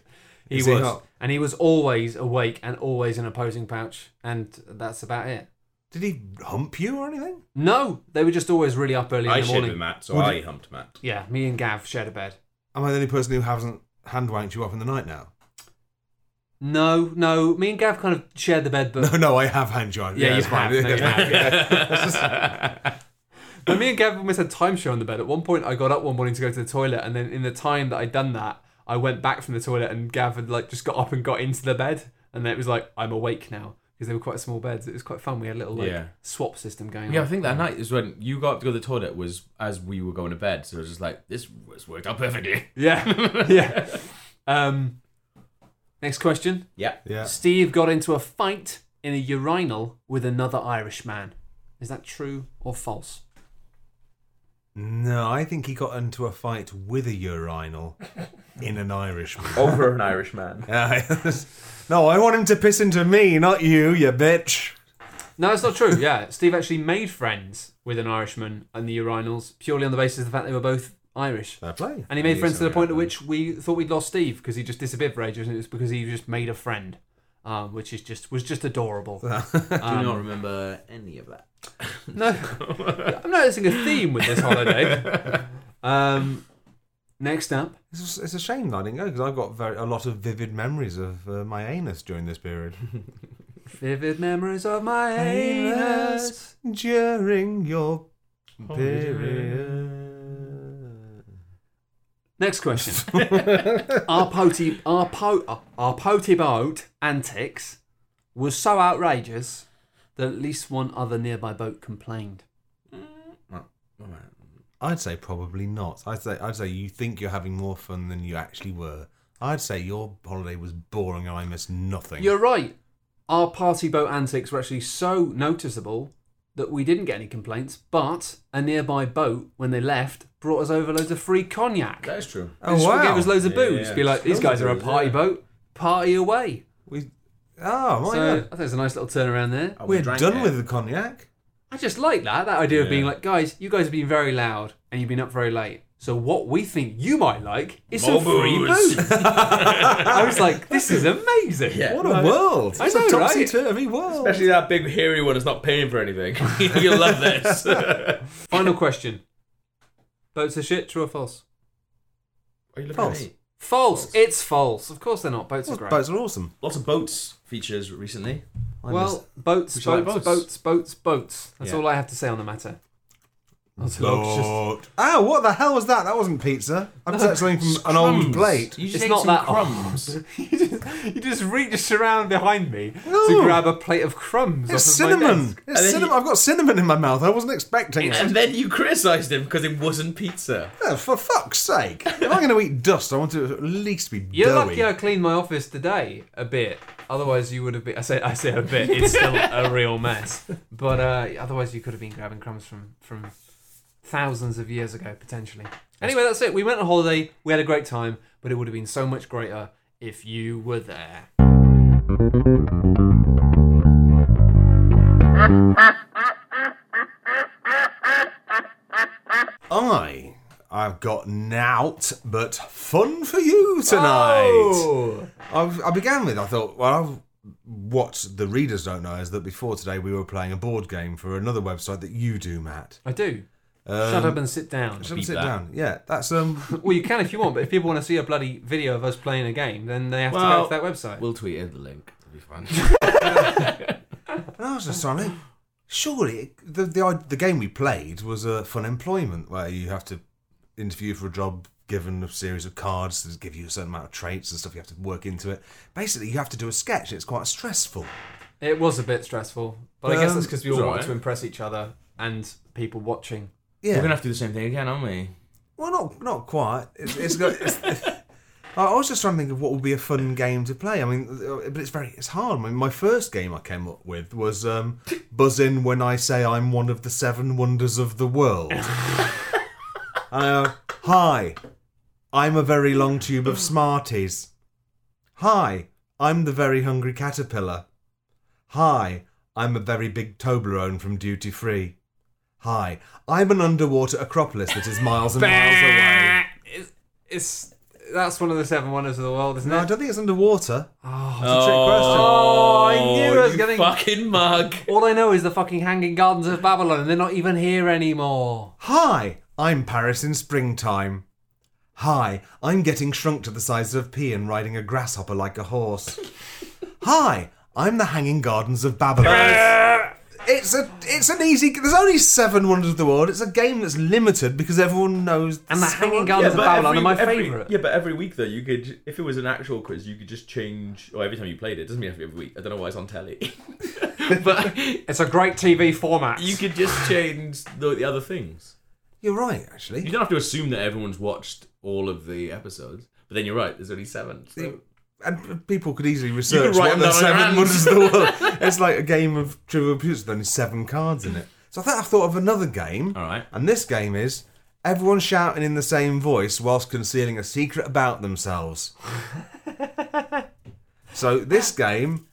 Speaker 3: He
Speaker 2: Is
Speaker 3: was,
Speaker 2: he hot?
Speaker 3: and he was always awake and always in a posing pouch, and that's about it.
Speaker 2: Did he hump you or anything?
Speaker 3: No, they were just always really up early
Speaker 1: I
Speaker 3: in the
Speaker 1: shared
Speaker 3: morning.
Speaker 1: with Matt, so
Speaker 2: Would
Speaker 1: I humped Matt.
Speaker 3: Yeah, me and Gav shared a bed.
Speaker 2: Am I the only person who hasn't hand wanked you up in the night now?
Speaker 3: No, no, me and Gav kind of shared the bed, but
Speaker 2: [laughs] No, no, I have hand joined.
Speaker 3: Yeah, you
Speaker 2: it's fine.
Speaker 3: have. No,
Speaker 2: [laughs]
Speaker 3: you have.
Speaker 2: That's just- [laughs]
Speaker 3: But me and Gav almost had time share on the bed. At one point, I got up one morning to go to the toilet, and then in the time that I'd done that, I went back from the toilet, and Gav had like just got up and got into the bed, and then it was like I'm awake now because they were quite small beds. It was quite fun. We had a little like
Speaker 1: Yeah.
Speaker 3: swap system going
Speaker 1: Yeah, I
Speaker 3: on.
Speaker 1: think that night is when you got up to go to the toilet was as we were going to bed. So it was just like this was worked out
Speaker 2: [laughs]
Speaker 1: perfectly.
Speaker 3: Yeah, yeah. Um, next question.
Speaker 1: Yeah.
Speaker 2: yeah.
Speaker 3: Steve got into a fight in a urinal with another Irishman. Is that true or false?
Speaker 2: No, I think he got into a fight with a urinal in an Irishman.
Speaker 1: Over an Irishman.
Speaker 2: Yeah, [laughs] no, I want him to piss into me, not you, you bitch.
Speaker 3: No, it's not true. Yeah, [laughs] Steve actually made friends with an Irishman and the urinals purely on the basis of the fact they were both Irish.
Speaker 2: Fair play.
Speaker 3: And he made friends to the point at which we thought we'd lost Steve because he just disappeared for ages, and it was because he just made a friend, um, which is just was just adorable.
Speaker 1: [laughs]
Speaker 2: [laughs]
Speaker 3: Um,
Speaker 1: I do not
Speaker 2: Um,
Speaker 1: remember any of that.
Speaker 3: No, I'm noticing a theme with this
Speaker 1: [laughs]
Speaker 2: [laughs]
Speaker 3: holiday. Um, next up,
Speaker 2: It's, just- it's a shame that I didn't go because I've got very, a lot of vivid memories of uh, my anus during this period. [laughs]
Speaker 3: vivid memories of my
Speaker 2: Anus.
Speaker 3: anus.
Speaker 2: during your
Speaker 1: Oh,
Speaker 2: period.
Speaker 3: Next question. [laughs] our potty, our po, our potty boat antics was so outrageous that at least one other nearby boat complained.
Speaker 2: I'd say probably not. I'd say I'd say you think you're having more fun than you actually were. I'd say your holiday was boring and I missed nothing.
Speaker 3: You're right. Our party boat antics were actually so noticeable that we didn't get any complaints, but a nearby boat, when they left, brought us over loads of free cognac.
Speaker 1: That is true.
Speaker 2: oh
Speaker 3: They just
Speaker 2: wow!
Speaker 3: Gave us loads of
Speaker 1: Yeah,
Speaker 3: booze.
Speaker 1: yeah.
Speaker 3: Be like, these
Speaker 1: Loads
Speaker 3: guys
Speaker 1: of
Speaker 3: are a
Speaker 1: booze,
Speaker 3: party
Speaker 1: yeah.
Speaker 3: boat, party away.
Speaker 2: we, oh my
Speaker 3: so I
Speaker 2: god!
Speaker 3: think it's a nice little turnaround there.
Speaker 1: Oh, we
Speaker 2: We're
Speaker 1: drank
Speaker 2: done
Speaker 1: it.
Speaker 2: with the cognac.
Speaker 3: I just like that. That idea of being
Speaker 1: Yeah.
Speaker 3: like, guys, you guys have been very loud and you've been up very late. So what we think you might like is
Speaker 1: More
Speaker 3: some free
Speaker 1: booze."
Speaker 3: booze. [laughs] I was like, this is amazing.
Speaker 1: Yeah.
Speaker 2: What a world!
Speaker 3: I
Speaker 2: It's
Speaker 3: know,
Speaker 2: a
Speaker 3: right?
Speaker 2: topsy turvy world.
Speaker 1: Especially that big hairy one that's not paying for anything. [laughs] You'll love this. [laughs] Are
Speaker 3: Final question. Boats are shit, true or false?
Speaker 1: you looking
Speaker 2: False.
Speaker 3: False.
Speaker 1: False.
Speaker 3: It's false. Of course they're not. Boats are
Speaker 2: Those
Speaker 3: great.
Speaker 2: boats are awesome.
Speaker 1: Lots of boats features recently.
Speaker 2: I
Speaker 3: Well,
Speaker 2: missed-
Speaker 3: boats,
Speaker 1: Would
Speaker 3: boats,
Speaker 1: you like
Speaker 3: boats, boats,
Speaker 1: boats?
Speaker 3: boats, That's
Speaker 1: Yeah.
Speaker 3: all I have to say on the matter. That's all I've just-
Speaker 2: Boat. Oh, what the hell was that? That wasn't pizza. I was something from an old
Speaker 1: Crumbs.
Speaker 2: plate.
Speaker 1: You just
Speaker 3: It's
Speaker 1: ate
Speaker 3: not
Speaker 1: some
Speaker 3: that-
Speaker 1: crumbs.
Speaker 3: [laughs] you, just, you just reached around behind me to
Speaker 2: No.
Speaker 3: grab a plate of crumbs.
Speaker 2: It's
Speaker 3: off of my
Speaker 2: cinnamon.
Speaker 3: desk.
Speaker 1: And
Speaker 2: It's
Speaker 1: then
Speaker 2: cinnamon.
Speaker 1: you-
Speaker 2: I've got cinnamon in my mouth. I wasn't expecting it. [laughs]
Speaker 1: and then you criticised him because it wasn't pizza.
Speaker 2: Yeah, for fuck's sake! If I'm going to eat dust, I want to at least be
Speaker 3: You're
Speaker 2: doughy.
Speaker 3: lucky I cleaned my office today a bit. Otherwise, you would have been. I say I say a bit. It's
Speaker 1: [laughs]
Speaker 3: still a real mess. But uh, otherwise, you could have been grabbing crumbs from from thousands of years ago potentially. Anyway, that's it. We went on holiday. We had a great time, but it would have been so much greater if you were there.
Speaker 2: I have got nout, but fun for you tonight.
Speaker 3: Oh.
Speaker 2: I've, I began with I thought well I've, what the readers don't know is that before today we were playing a board game for another website that you do, Matt. Um,
Speaker 3: I do. Shut
Speaker 1: Um,
Speaker 3: up and sit down.
Speaker 2: Shall I
Speaker 1: Beat
Speaker 2: sit
Speaker 1: that.
Speaker 2: down? Yeah, that's um.
Speaker 3: Well, you can if you want, but if people want to see a bloody video of us playing a game, then they have
Speaker 1: Well,
Speaker 3: to go to that website.
Speaker 1: We'll tweet it the link. It'll be fun.
Speaker 2: And I was just
Speaker 1: Oh,
Speaker 2: trying to think, surely it- the, the id- the game we played was a fun employment where you have to interview for a job given a series of cards that give you a certain amount of traits and stuff you have to work into it. Basically, you have to do a sketch. It's quite stressful.
Speaker 3: It was a bit stressful, but I guess
Speaker 2: Um,
Speaker 3: that's because we
Speaker 1: it
Speaker 3: all
Speaker 1: was
Speaker 3: wanted
Speaker 1: alright.
Speaker 3: to impress each other and people watching.
Speaker 2: Yeah.
Speaker 1: We're gonna have to do the same thing again, aren't we?
Speaker 2: Well, not not quite. It's, it's got. It's, I I was just trying to think of what would be a fun game to play. I mean, uh, but it's very it's hard. I mean, my first game I came up with was um, "Buzz in when I say I'm one of the seven wonders of the world." And I go, hi, I'm a very long tube of Smarties. Hi, I'm the very hungry caterpillar. Hi, I'm a very big Toblerone from duty free. Hi, I'm an underwater acropolis that is miles and miles away.
Speaker 3: It's, it's that's one of the seven wonders of the world, isn't
Speaker 2: No, I
Speaker 3: it?
Speaker 2: don't think it's underwater.
Speaker 3: Oh,
Speaker 2: That's a trick question.
Speaker 3: Oh, I knew I was
Speaker 4: you
Speaker 3: getting-
Speaker 4: fucking mug.
Speaker 3: All I know is the fucking Hanging Gardens of Babylon, and they're not even here anymore.
Speaker 2: Hi, I'm Paris in springtime. Hi, I'm getting shrunk to the size of a pea and riding a grasshopper like
Speaker 1: [laughs]
Speaker 2: a horse. Hi, I'm the Hanging Gardens of Babylon. It's a, it's an easy. There's only seven wonders of the world. It's a game that's limited because everyone knows.
Speaker 3: And the
Speaker 2: seven-
Speaker 3: Hanging Gardens of Babylon are my
Speaker 1: every-
Speaker 3: favourite.
Speaker 1: Yeah, but every week though, you could, if it was an actual quiz, you could just change. Or every time you played it, doesn't mean every week. I don't know why it's on telly, [laughs] but
Speaker 3: It's a great TV format.
Speaker 1: you could just change the, the other things.
Speaker 2: You're right,
Speaker 1: You
Speaker 2: actually.
Speaker 1: don't have to assume that everyone's watched all of the episodes. But then you're right. There's only seven. so-
Speaker 2: And people could easily research
Speaker 1: could write
Speaker 2: what the
Speaker 1: them down on
Speaker 2: seven
Speaker 1: your
Speaker 2: wonders of the world.
Speaker 1: [laughs]
Speaker 2: It's like a game of trivial pursuit. There's only seven cards in it. So I think I thought of another game.
Speaker 1: All right.
Speaker 2: And this game is everyone shouting in the same voice whilst concealing a secret about
Speaker 1: [laughs]
Speaker 2: themselves. so this game,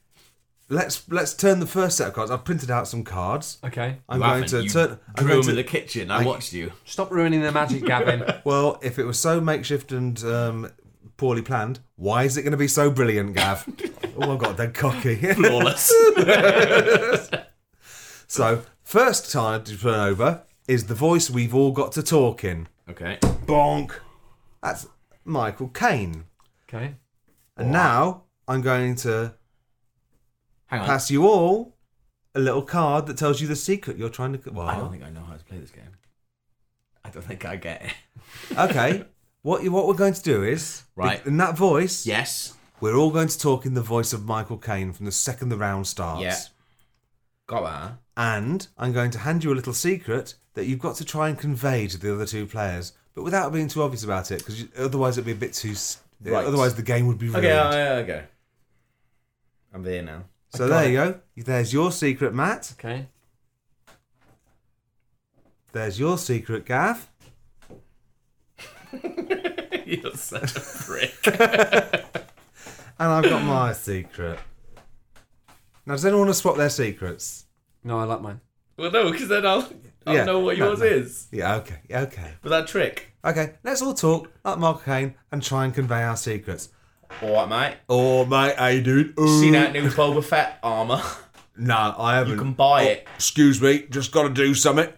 Speaker 2: let's let's turn the first set of cards. I've printed out some cards.
Speaker 3: Okay.
Speaker 2: I'm
Speaker 1: You haven't.
Speaker 2: going to
Speaker 1: You
Speaker 2: turn. I'm
Speaker 1: drew
Speaker 2: going
Speaker 1: them
Speaker 2: to-
Speaker 1: in the kitchen. I, watched
Speaker 2: [laughs]
Speaker 1: you.
Speaker 3: Stop ruining the magic, Gavin.
Speaker 2: well, if it was so makeshift and um, poorly planned, why is it going to be so
Speaker 1: [laughs]
Speaker 2: brilliant, Gav? oh, I've got dead cocky. [laughs]
Speaker 1: Flawless.
Speaker 2: so first time to turn over is the voice we've all got to talk in.
Speaker 1: okay.
Speaker 2: Bonk. That's Michael Caine.
Speaker 3: Okay.
Speaker 2: And now I'm going to
Speaker 1: Hang on.
Speaker 2: pass you all a little card that tells you the secret you're trying to.
Speaker 1: I don't
Speaker 2: Well,
Speaker 1: think I know how to play this game. I don't think I get it.
Speaker 2: okay.
Speaker 1: [laughs]
Speaker 2: What you what we're going to do is
Speaker 1: Right.
Speaker 2: in that voice.
Speaker 1: Yes.
Speaker 2: We're all going to talk in the voice of Michael Caine from the second the round starts.
Speaker 1: Yeah. Got that. huh?
Speaker 2: And I'm going to hand you a little secret that you've got to try and convey to the other two players, but without being too obvious about it, because otherwise it'd be a bit too. s-
Speaker 1: Right.
Speaker 2: Otherwise the game would be ruined.
Speaker 1: Okay. I, okay. I'm there now.
Speaker 2: so there you go. There's your secret, Matt.
Speaker 3: Okay.
Speaker 2: There's your secret, Gav.
Speaker 1: [laughs] You're such a prick.
Speaker 2: And I've got my secret. Now, does anyone want to swap their secrets?
Speaker 3: No, I like mine.
Speaker 1: [laughs] well, no, because then I'll I'll
Speaker 2: Yeah,
Speaker 1: know what
Speaker 2: no,
Speaker 1: yours
Speaker 2: no.
Speaker 1: is.
Speaker 2: Yeah, okay, yeah, okay.
Speaker 1: But that trick.
Speaker 2: Okay, let's all talk like Michael Caine and try and convey our secrets.
Speaker 1: All right, mate.
Speaker 2: Oh, mate, how you doing? Ooh.
Speaker 1: See that new Boba Fett armor? [laughs]
Speaker 2: No, I haven't. Oh,
Speaker 1: You can buy it.
Speaker 2: Excuse me, just got to do something.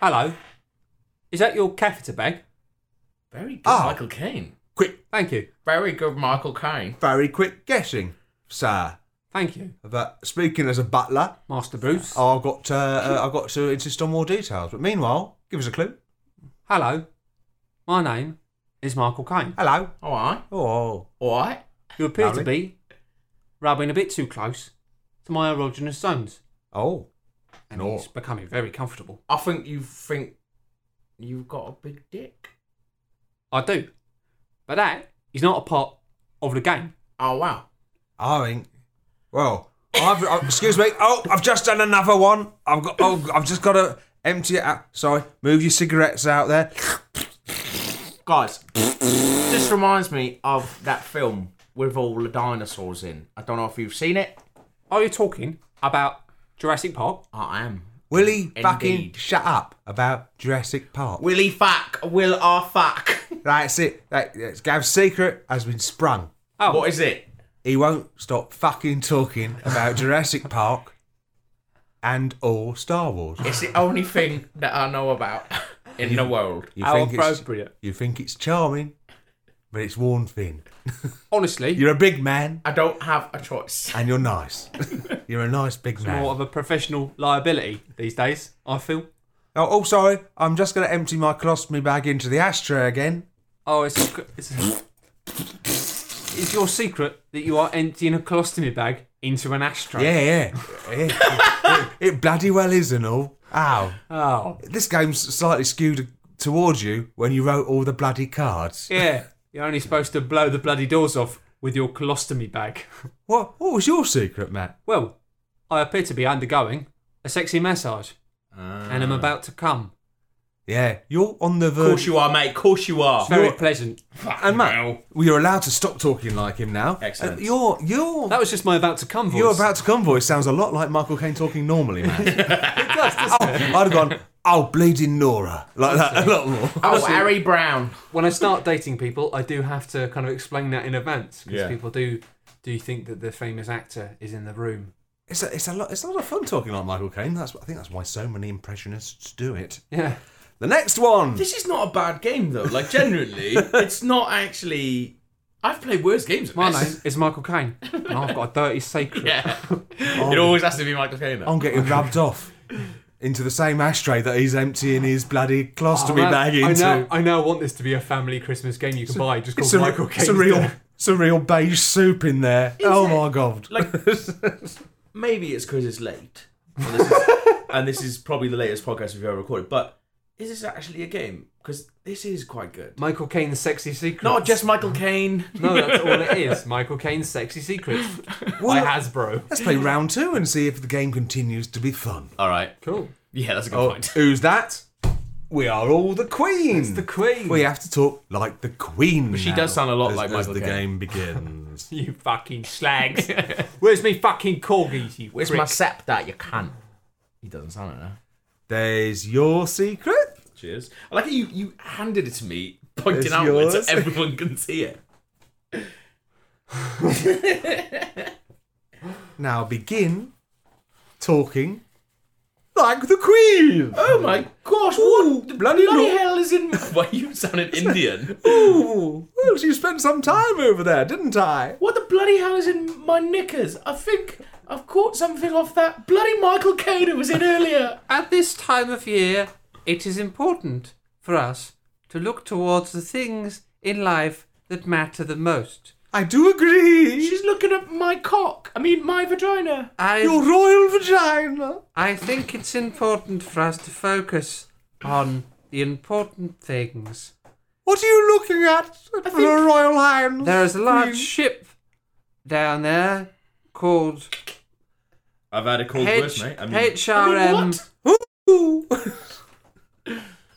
Speaker 3: Hello. Is that your catheter bag?
Speaker 1: Very good,
Speaker 2: Ah.
Speaker 1: Michael Caine.
Speaker 2: Quick,
Speaker 3: Thank you.
Speaker 1: Very good, Michael Caine.
Speaker 2: very quick guessing, sir.
Speaker 3: Thank you,
Speaker 2: But speaking as a butler,
Speaker 3: Master Bruce.
Speaker 2: I've got to, uh, I've got to insist on more details. But meanwhile, give us a clue.
Speaker 3: Hello. My name is Michael Caine.
Speaker 2: Hello.
Speaker 1: All right.
Speaker 2: Oh,
Speaker 1: All right.
Speaker 3: You appear to
Speaker 2: Howdy.
Speaker 3: be rubbing a bit too close to my erogenous zones.
Speaker 2: oh,
Speaker 3: And
Speaker 2: No.
Speaker 3: it's becoming very comfortable.
Speaker 1: I think you think you've got a big dick.
Speaker 3: I do. But that is not a part of the game.
Speaker 1: Oh wow.
Speaker 2: I think. Well, I've, uh, excuse me. Oh, I've just done another one. I've got. Oh, I've just got to empty it out. Sorry, move your cigarettes out there.
Speaker 1: [laughs] Guys, this reminds me of that film with all the dinosaurs in. I don't know if you've seen it.
Speaker 3: Are you talking about Jurassic Park?
Speaker 1: I am.
Speaker 2: Willie, fucking
Speaker 1: Indeed.
Speaker 2: shut up about Jurassic Park.
Speaker 1: Willy fuck. Will I fuck?
Speaker 2: That's it. That, that's Gav's secret has been sprung.
Speaker 3: Oh,
Speaker 1: What is it?
Speaker 2: He won't stop fucking talking about Jurassic Park and all Star Wars.
Speaker 1: It's the only thing that I know about in the world.
Speaker 2: You
Speaker 3: how
Speaker 2: it's,
Speaker 3: appropriate.
Speaker 2: you think it's charming, but it's worn thin.
Speaker 3: Honestly,
Speaker 2: You're a big man
Speaker 1: I don't have a choice.
Speaker 2: and you're
Speaker 3: [laughs]
Speaker 2: nice. you're a nice big man.
Speaker 3: more of a professional liability these days, I feel.
Speaker 2: Oh, oh, sorry. I'm just going to empty my colostomy bag into the ashtray again.
Speaker 3: Oh, it's it's, it's your secret that you are emptying a colostomy bag into an ashtray.
Speaker 2: Yeah, yeah. yeah. it, it bloody well is and all. Ow.
Speaker 3: Oh,
Speaker 2: This game's slightly skewed towards you when you wrote all the bloody cards.
Speaker 3: yeah. You're only supposed to blow the bloody doors off with your colostomy bag. [laughs]
Speaker 2: What, what was your secret, Matt?
Speaker 3: Well, I appear to be undergoing a sexy massage, and
Speaker 2: Ah.
Speaker 3: I'm about to come.
Speaker 2: Yeah, you're on the
Speaker 1: Of course
Speaker 2: verge.
Speaker 1: you are, mate. Of course you are.
Speaker 3: It's very
Speaker 2: You're-
Speaker 3: pleasant.
Speaker 2: And Matt, well, you're allowed to stop talking like him now.
Speaker 1: Excellent.
Speaker 2: Uh, you're you're
Speaker 3: That was just my about to come voice.
Speaker 2: you're about to come voice sounds a lot like Michael Caine talking normally, Matt. [laughs]
Speaker 3: It does, doesn't it?
Speaker 2: I'd have gone. Oh, bloody Nora. Like that, a lot more.
Speaker 1: Oh, Harry Brown.
Speaker 3: when I start dating people, I do have to kind of explain that in advance because
Speaker 1: Yeah.
Speaker 3: people do do think that the famous actor is in the room.
Speaker 2: It's a, it's a lot. It's a lot of fun talking like Michael Caine. That's I think that's why so many impressionists do it.
Speaker 3: Yeah,
Speaker 2: The next one.
Speaker 1: This is not a bad game though. Like [laughs] generally, it's not actually. I've played worse games. Than
Speaker 3: my
Speaker 1: this.
Speaker 2: [laughs]
Speaker 3: name is Michael Caine, and I've got a dirty
Speaker 1: [laughs]
Speaker 3: secret.
Speaker 1: Yeah. It always has to be Michael Caine. though.
Speaker 2: I'm
Speaker 1: [laughs]
Speaker 2: getting rubbed off into the same ashtray that he's emptying his bloody
Speaker 3: Oh,
Speaker 2: colostomy
Speaker 3: man,
Speaker 2: bag
Speaker 3: I
Speaker 2: into.
Speaker 3: now, I now want this to be a family Christmas game you can buy just called
Speaker 2: It's a,
Speaker 3: Michael
Speaker 2: it's
Speaker 3: Caine.
Speaker 2: a real, it's a real beige soup in there. oh my god!
Speaker 1: Like [laughs] maybe it's because it's late, and this, [laughs] is, and this is probably the latest podcast we've ever recorded. But is this actually a game? Because this is quite good.
Speaker 3: [laughs] Michael Caine's sexy secret.
Speaker 1: Not just Michael Caine.
Speaker 3: No, that's
Speaker 2: [laughs]
Speaker 3: all it is. Michael Caine's sexy secret by
Speaker 2: Well,
Speaker 3: Hasbro.
Speaker 2: Let's play round two and see if the game continues to be fun.
Speaker 1: All right.
Speaker 3: Cool.
Speaker 1: Yeah, that's a good point. [laughs]
Speaker 2: Who's that? We are all the Queen.
Speaker 1: Hmm.
Speaker 3: It's the Queen.
Speaker 2: We have to talk like the Queen.
Speaker 1: she
Speaker 2: now,
Speaker 1: does sound a lot
Speaker 2: as-
Speaker 1: like
Speaker 2: as
Speaker 1: Michael
Speaker 2: the
Speaker 1: Caine.
Speaker 2: game begins. [laughs]
Speaker 3: You fucking slags. [laughs] Where's me fucking corgis? You
Speaker 1: Where's
Speaker 3: prick?
Speaker 1: my sap that you can't? He doesn't sound like that.
Speaker 2: There's your secret.
Speaker 1: Cheers. I like how you, you handed it to me, pointing
Speaker 2: It's
Speaker 1: outwards [laughs]
Speaker 2: yours.
Speaker 1: so everyone can see it.
Speaker 2: Now begin talking like the Queen.
Speaker 1: Oh my gosh, what the bloody,
Speaker 2: bloody lo-
Speaker 1: hell is in. [laughs] Why you sounded Indian?
Speaker 2: Ooh, well, she spent some time over there, didn't I?
Speaker 1: What the bloody hell is in my knickers? I think I've caught something off that bloody Michael Caine who was in earlier.
Speaker 3: At this time of year, it is important for us to look towards the things in life that matter the most.
Speaker 2: I do agree.
Speaker 1: She's looking at my cock. I mean, my vagina.
Speaker 3: I,
Speaker 2: Your royal vagina.
Speaker 3: I think it's important for us to focus on the important things.
Speaker 2: What are you looking at for
Speaker 1: think-
Speaker 2: a royal highness?
Speaker 3: There is a large
Speaker 2: Queen?
Speaker 3: ship down there called
Speaker 1: I've had a cold
Speaker 3: H-
Speaker 1: I mean,
Speaker 3: HRM.
Speaker 1: what?
Speaker 2: Ooh.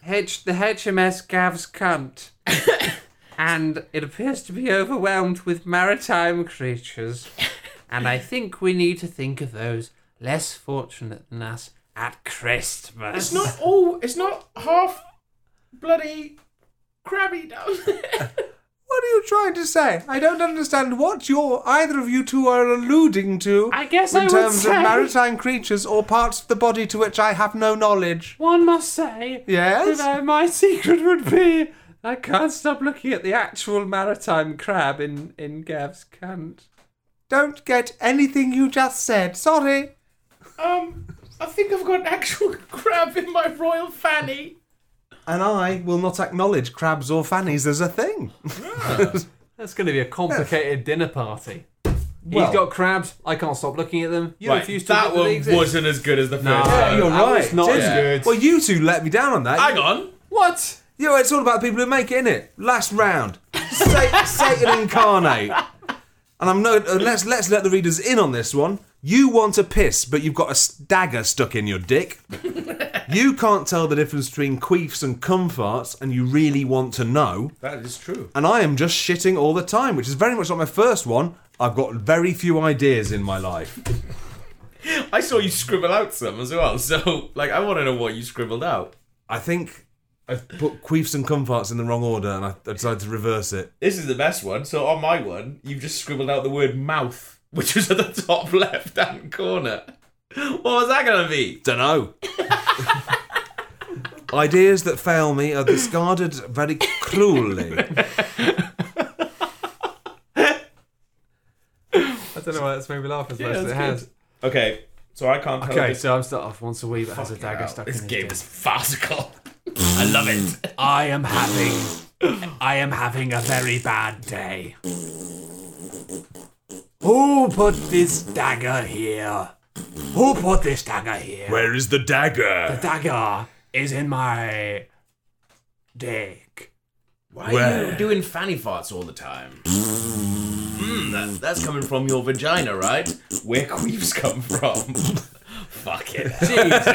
Speaker 3: H- the HMS Gav's [laughs] Cunt. and it appears to be overwhelmed with maritime creatures. And I think we need to think of those less fortunate than us at Christmas.
Speaker 1: It's not all. It's not half bloody crabby down there.
Speaker 2: What are you trying to say? I don't understand what you're either of you two are alluding to.
Speaker 3: I guess
Speaker 2: in
Speaker 3: I would
Speaker 2: terms
Speaker 3: say-
Speaker 2: of maritime creatures or parts of the body to which I have no knowledge.
Speaker 3: One must say
Speaker 2: Yes?
Speaker 3: that I- my secret would be I can't stop looking at the actual maritime crab in, in Gav's Cunt.
Speaker 2: Don't get anything you just said. Sorry.
Speaker 1: Um, I think I've got an actual [laughs] crab in my royal fanny.
Speaker 2: And I will not acknowledge crabs or fannies as a thing. [laughs]
Speaker 3: That's going to be a complicated dinner party.
Speaker 2: Well-
Speaker 3: He's got crabs. I can't stop looking at them. You refuse to
Speaker 1: that
Speaker 3: admit they
Speaker 1: one
Speaker 3: exist.
Speaker 1: wasn't as good as the first.
Speaker 3: No.
Speaker 1: one.
Speaker 2: You're
Speaker 3: that
Speaker 2: right.
Speaker 3: was not
Speaker 2: didn't
Speaker 3: as
Speaker 2: you?
Speaker 3: good.
Speaker 2: Well, you two let me down on that.
Speaker 1: Hang on.
Speaker 3: What?
Speaker 2: You know, it's all about the people who make it, innit? Last round, Sa- [laughs] Satan incarnate. And I'm no. uh, Let's let's let the readers in on this one. You want a piss, but you've got a s- dagger stuck in your
Speaker 3: [laughs]
Speaker 2: dick. you can't tell the difference between queefs and cum farts, and you really want to know.
Speaker 1: That is true.
Speaker 2: And I am just shitting all the time, which is very much like my first one. I've got very few ideas in my life.
Speaker 1: I saw you scribble out some as well. [laughs] So, like, I want to know what you scribbled out.
Speaker 2: I think I've put queefs and cum farts in the wrong order, and I, I decided to reverse it.
Speaker 1: This is the best one. So, on my one, you've just scribbled out the word mouth, [laughs] which was at the top left hand corner. What was that going to be?
Speaker 2: Dunno. [laughs] Ideas that fail me are discarded very cruelly.
Speaker 1: [laughs]
Speaker 3: I don't know why that's made me laugh as much as
Speaker 1: that's
Speaker 3: it has.
Speaker 1: Okay, so I can't tell
Speaker 3: Okay,
Speaker 1: if it's-
Speaker 3: so I'm start off once a wee that has a dagger stuck
Speaker 1: this
Speaker 3: in
Speaker 1: game
Speaker 3: his
Speaker 1: is farcical. [laughs] I love it.
Speaker 3: [laughs] I am having, I am having a very bad day. Who put this dagger here? Who put this dagger here?
Speaker 2: Where is the dagger?
Speaker 3: Dagger is in my dick.
Speaker 1: Why are
Speaker 2: Where?
Speaker 1: you doing fanny farts all the time? Mm, that- that's coming from your vagina, right? Where queefs come from. [laughs] Fuck it.
Speaker 3: Jesus.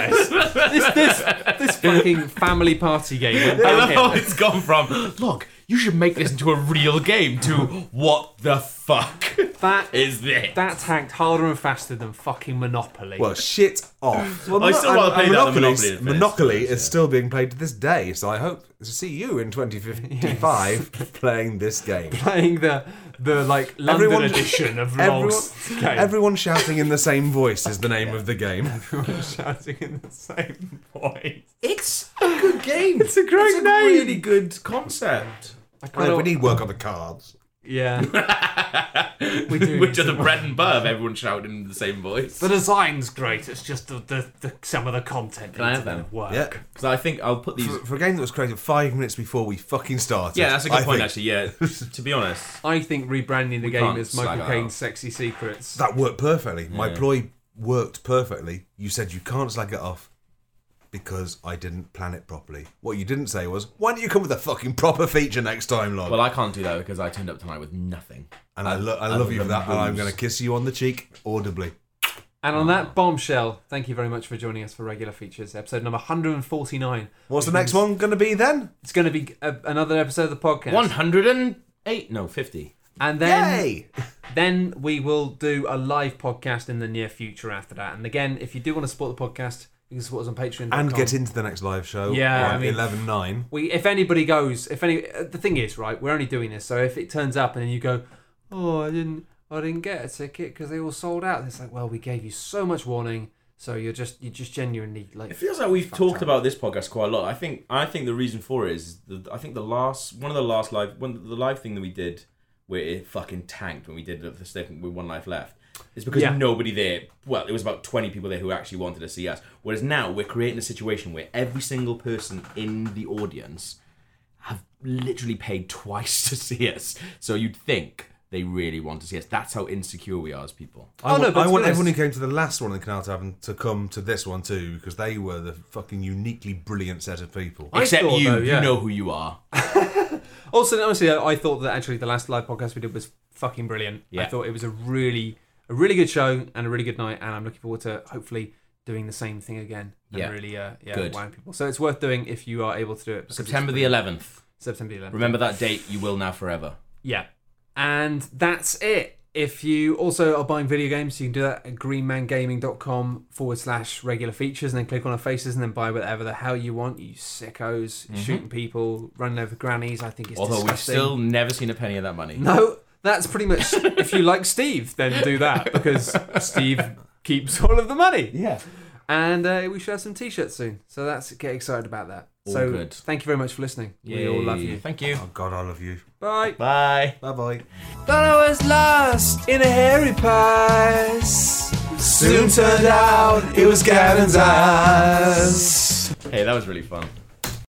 Speaker 3: this, this, this fucking family party game went
Speaker 1: I love how
Speaker 3: downhill.
Speaker 1: it's gone from. Look, you should make this into a real game. To what the fuck
Speaker 3: That
Speaker 1: is this?
Speaker 3: that tanked harder and faster than fucking Monopoly.
Speaker 2: Well, shit off. Well,
Speaker 1: I still
Speaker 2: Mono-
Speaker 1: wanna play
Speaker 2: and
Speaker 1: that on
Speaker 2: Monopoly's-
Speaker 1: Monopoly at first,
Speaker 2: Monopoly
Speaker 1: but,
Speaker 2: is
Speaker 1: yeah.
Speaker 2: still being played to this day, so I hope to see you
Speaker 1: [laughs]
Speaker 2: in 2055 playing this game.
Speaker 3: playing the the like London
Speaker 2: Everyone-
Speaker 3: edition
Speaker 2: [laughs]
Speaker 3: of
Speaker 2: Everyone,
Speaker 3: LOL's game. [laughs]
Speaker 2: everyone shouting in the same voice is the name of the game.
Speaker 3: Everyone shouting in the same voice.
Speaker 1: It's a good game. It's
Speaker 3: a great
Speaker 1: it's a
Speaker 3: name.
Speaker 1: Really good concept.
Speaker 2: Well, we need work on the cards.
Speaker 3: yeah.
Speaker 2: [laughs]
Speaker 3: we
Speaker 1: [laughs]
Speaker 3: do.
Speaker 1: Which are the bread and butter of everyone shouting in the same voice.
Speaker 3: the design's great. It's just the, the, the some of the content
Speaker 1: I
Speaker 3: needs a
Speaker 1: have
Speaker 3: bit of work.
Speaker 2: Yeah.
Speaker 1: Because I think I'll put these.
Speaker 2: For, for a game that was created five minutes before we fucking started.
Speaker 1: yeah, that's a good
Speaker 2: I
Speaker 1: point
Speaker 2: think
Speaker 1: actually. Yeah, [laughs] to be honest,
Speaker 3: I think rebranding the
Speaker 1: We
Speaker 3: game
Speaker 1: can't
Speaker 3: as
Speaker 1: slag
Speaker 3: Michael
Speaker 1: it
Speaker 3: Caine's
Speaker 1: out.
Speaker 3: Sexy Secrets.
Speaker 2: That worked perfectly. My ploy worked perfectly. You said you can't slag it off because I didn't plan it properly. What you didn't say was, why don't you come with a fucking proper feature next time, Log?
Speaker 1: well, I can't do that because I turned up tonight with nothing.
Speaker 2: and I, lo- I
Speaker 1: other
Speaker 2: love you for
Speaker 1: than
Speaker 2: that, and I'm
Speaker 1: booze.
Speaker 2: going to kiss you on the cheek audibly.
Speaker 3: And on that bombshell, thank you very much for joining us for regular features, episode number 149.
Speaker 2: What's the next one going to be then?
Speaker 3: It's going to be a, another episode of the podcast.
Speaker 1: 108? No, 50.
Speaker 3: And then
Speaker 2: Yay!
Speaker 3: then we will do a live podcast in the near future after that. And again, if you do want to support the podcast, you can support us on Patreon
Speaker 2: And get into the next live show.
Speaker 3: Yeah, I
Speaker 2: on
Speaker 3: mean-
Speaker 2: 11 9.
Speaker 3: we if anybody goes if any uh, the thing is right we're only doing this so if it turns up and then you go oh i didn't i didn't get a ticket because they all sold out it's like well we gave you so much warning so you're just you're just genuinely like
Speaker 1: It feels like we've talked about this podcast quite a lot. I think I think the reason for it is the, I think the last one of the last live one the live thing that we did where it fucking tanked when we did it for second with one life left is because
Speaker 3: Yeah.
Speaker 1: nobody there. Well, it was about twenty people there who actually wanted to see us. Whereas now we're creating a situation where every single person in the audience have literally paid twice to see us. So you'd think they really want to see us. That's how insecure we are as people.
Speaker 2: I,
Speaker 3: Oh, no,
Speaker 2: want-
Speaker 3: but
Speaker 2: I
Speaker 3: to be
Speaker 2: want
Speaker 3: honest-
Speaker 2: everyone who came to the last one in the Canal Tavern to come to this one too, because they were the fucking uniquely brilliant set of people.
Speaker 3: I
Speaker 1: Except
Speaker 3: thought,
Speaker 1: you,
Speaker 3: though, yeah.
Speaker 1: you know who you are.
Speaker 3: also honestly I, I thought that actually the last live podcast we did was fucking brilliant i
Speaker 1: Yeah.
Speaker 3: thought it was a really a really good show and a really good night and i'm looking forward to hopefully doing the same thing again and
Speaker 1: Yeah.
Speaker 3: really uh yeah
Speaker 1: Good.
Speaker 3: wowing people so it's worth doing if you are able to do it because it's
Speaker 1: September the
Speaker 3: brilliant.
Speaker 1: 11th.
Speaker 3: september the 11th
Speaker 1: Remember that date, you will now forever.
Speaker 3: Yeah. And that's it. If you also are buying video games, you can do that at greenmangaming.com forward slash regular features and then click on our faces and then buy whatever the hell you want, you sickos, shooting people, running over grannies. I think it's
Speaker 1: Mm-hmm. Although we've
Speaker 3: disgusting.
Speaker 1: still never seen a penny of that money.
Speaker 3: No, that's pretty much if you like Steve, then do that because Steve keeps all of the money.
Speaker 1: Yeah.
Speaker 3: And uh, we should have some t shirts soon. So that's get excited about that.
Speaker 1: All
Speaker 3: so
Speaker 1: good.
Speaker 3: thank you very much for listening. We all love you.
Speaker 1: Thank you.
Speaker 2: Oh, God, I love you.
Speaker 3: Bye.
Speaker 1: Bye.
Speaker 2: Bye bye.
Speaker 3: Thought I was lost in a hairy past.
Speaker 2: Soon turned out it was Gavin's eyes.
Speaker 1: Hey, that was really fun.